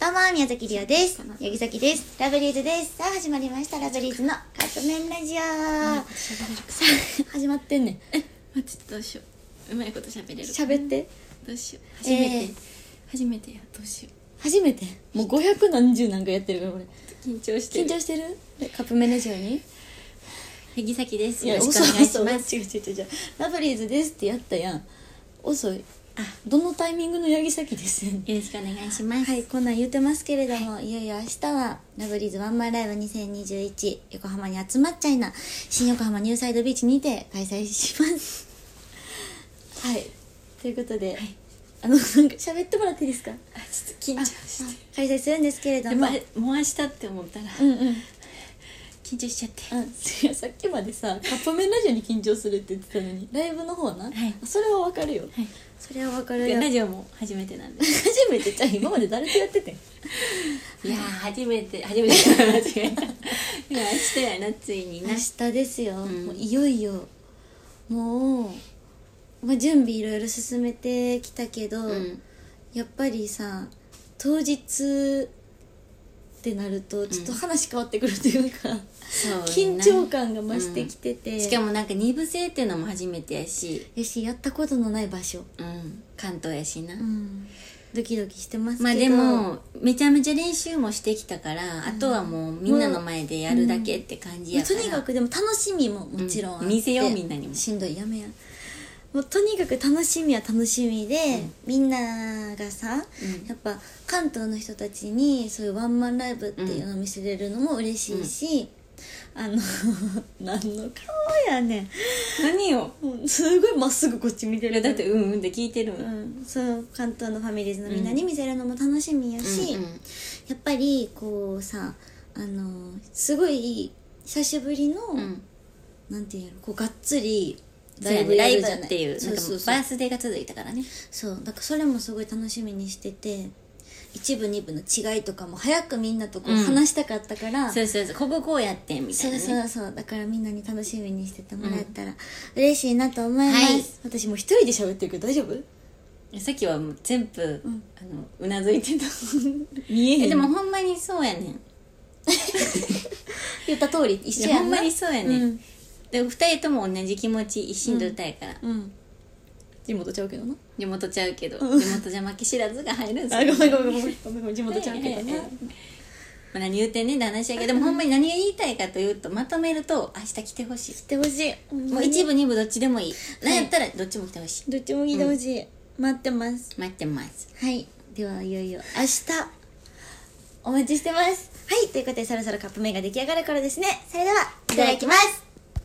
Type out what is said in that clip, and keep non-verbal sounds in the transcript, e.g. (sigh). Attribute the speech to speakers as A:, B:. A: どうも、宮崎りおです
B: どうも。
A: 八木崎です。ラブリーズです。さあ、始まりました。ラブリーズのカップ麺ラジオ。
B: 喋れるか
A: さあ、 (laughs) 始まってんねん。
B: 待ってどうしよううまいこと喋れる
A: 喋って。
B: どうしよう初めて、
A: えー
B: 初めてやどうしよ
A: 初めて。もう500何十なんかやってるから、俺。
B: う緊張して
A: 緊
B: る
A: 張してるでカップ麺ラジオに
B: 八木崎です
A: いや、
B: よろ
A: 遅
B: し
A: い
B: くお願い
A: 遅い。
B: しま
A: (laughs) 違
B: す
A: う違う違う。ラブリーズですってやったやん。遅い。あ、どのタイミングの八木崎ですやねん
B: よろしくお願いします、
A: はい、こんなん言ってますけれども、い、よいよ明日は、ラブリーズワンマンライブ2021、横浜に集まっちゃいな、新横浜ニューサイドビーチにて開催します。はい、ということで、
B: はい
A: あの、なんか喋ってもらっていいですか
B: あちょっと緊張して
A: 開催するんですけれ
B: で
A: ど
B: も
A: も、
B: あれもう明日って思ったら、
A: うんうん。
B: 緊張しちゃって
A: あそういやさっきまでさカップ麺ラジオに緊張するって言ってたのにライブの方な、
B: はい
A: それはわかるよ、
B: はい
A: それはわか
B: い
A: る
B: や
A: よ
B: ラ
A: 初
B: ジオも初めてなんで
A: めてじゃあ今まで誰とやっててん
B: いやー初めて初めて (laughs) 間違えたいや明日やなついにな
A: 明日ですよ、
B: ん
A: もういよいよもう、まあ、準備いろいろ進めてきたけど、
B: うん
A: やっぱりさ当日ってなるとちょっと話変わってくるというか、
B: (laughs) そうやな
A: 緊張感が増してきてて、
B: しかもなんか二部制っていうのも初めてやし、
A: よしやったことのない場所、
B: うん、関東やしな、
A: うん、ドキドキしてますけど
B: まあでもめちゃめちゃ練習もしてきたから、あとはもうみんなの前でやるだけって感じやから、
A: とにかくでも楽しみももちろんあって、
B: うん見せようみんなにも
A: しんどいやめやもうとにかく楽しみは楽しみで、みんながさ、
B: うん
A: やっぱ関東の人たちにそういうワンマンライブっていうのを見せれるのも嬉しいし、あの (laughs) 何の顔やねん
B: 何を
A: もうすごいまっすぐこっち見て
B: いや
A: る
B: だってうんうんって聞いてるもん
A: う
B: うん
A: ん、そう関東のファミリーズのみんなに見せるのも楽しみやし、
B: うん
A: やっぱりこうさあのすごい久しぶりの、
B: うん
A: なんていうのこうがっつり
B: そうやね
A: や
B: ライ
A: る
B: ブ
A: じゃな
B: っていう
A: そうそう
B: な
A: そ
B: んかバ
A: う
B: ースデーが続いたからね
A: そうだからそれもすごい楽しみにしてて一部二部の違いとかも早くみんなとこう
B: うん
A: 話したかったから、
B: そうそうそうこここうやってんみた
A: そ
B: いな
A: う
B: ね
A: そうそうだからみんなに楽しみにしててもらえたら嬉しいなと思います、
B: はい
A: 私もう一人で喋ってるけど大丈夫
B: さっきはもう全部、
A: ん
B: あのうなずいてた
A: 見
B: え
A: え
B: で
A: でも
B: もほんまにそうやねん
A: 言った通り
B: い
A: 一緒
B: や
A: や
B: ほん
A: ん
B: ま
A: な
B: にそうやねん、で二人とも同じ気持ち一心で歌やから、
A: うん、うん、地元ちゃうけどな
B: 地元ちゃうけど、
A: うん
B: 地元じゃ負け知らずが入るんです
A: あごめんごめんごめんごめんごめん地元ちゃうけど
B: ええ
A: な
B: ええまあ何言ってんねんって話やけどでもほんまに何が言いたいかというとまとめると明日来てほし
A: してほしい
B: い
A: も
B: も
A: う
B: う
A: 一
B: 一
A: 部
B: 部二部どっちでもいい、
A: い
B: なんやったらどっちも来てほしい
A: どっちも聞いてほしい、待ってます
B: 待ってます
A: はいではいよいよ明日お待ちしてますはいということでそろそろカップ麺が出来上がる頃ですねそれではいただきます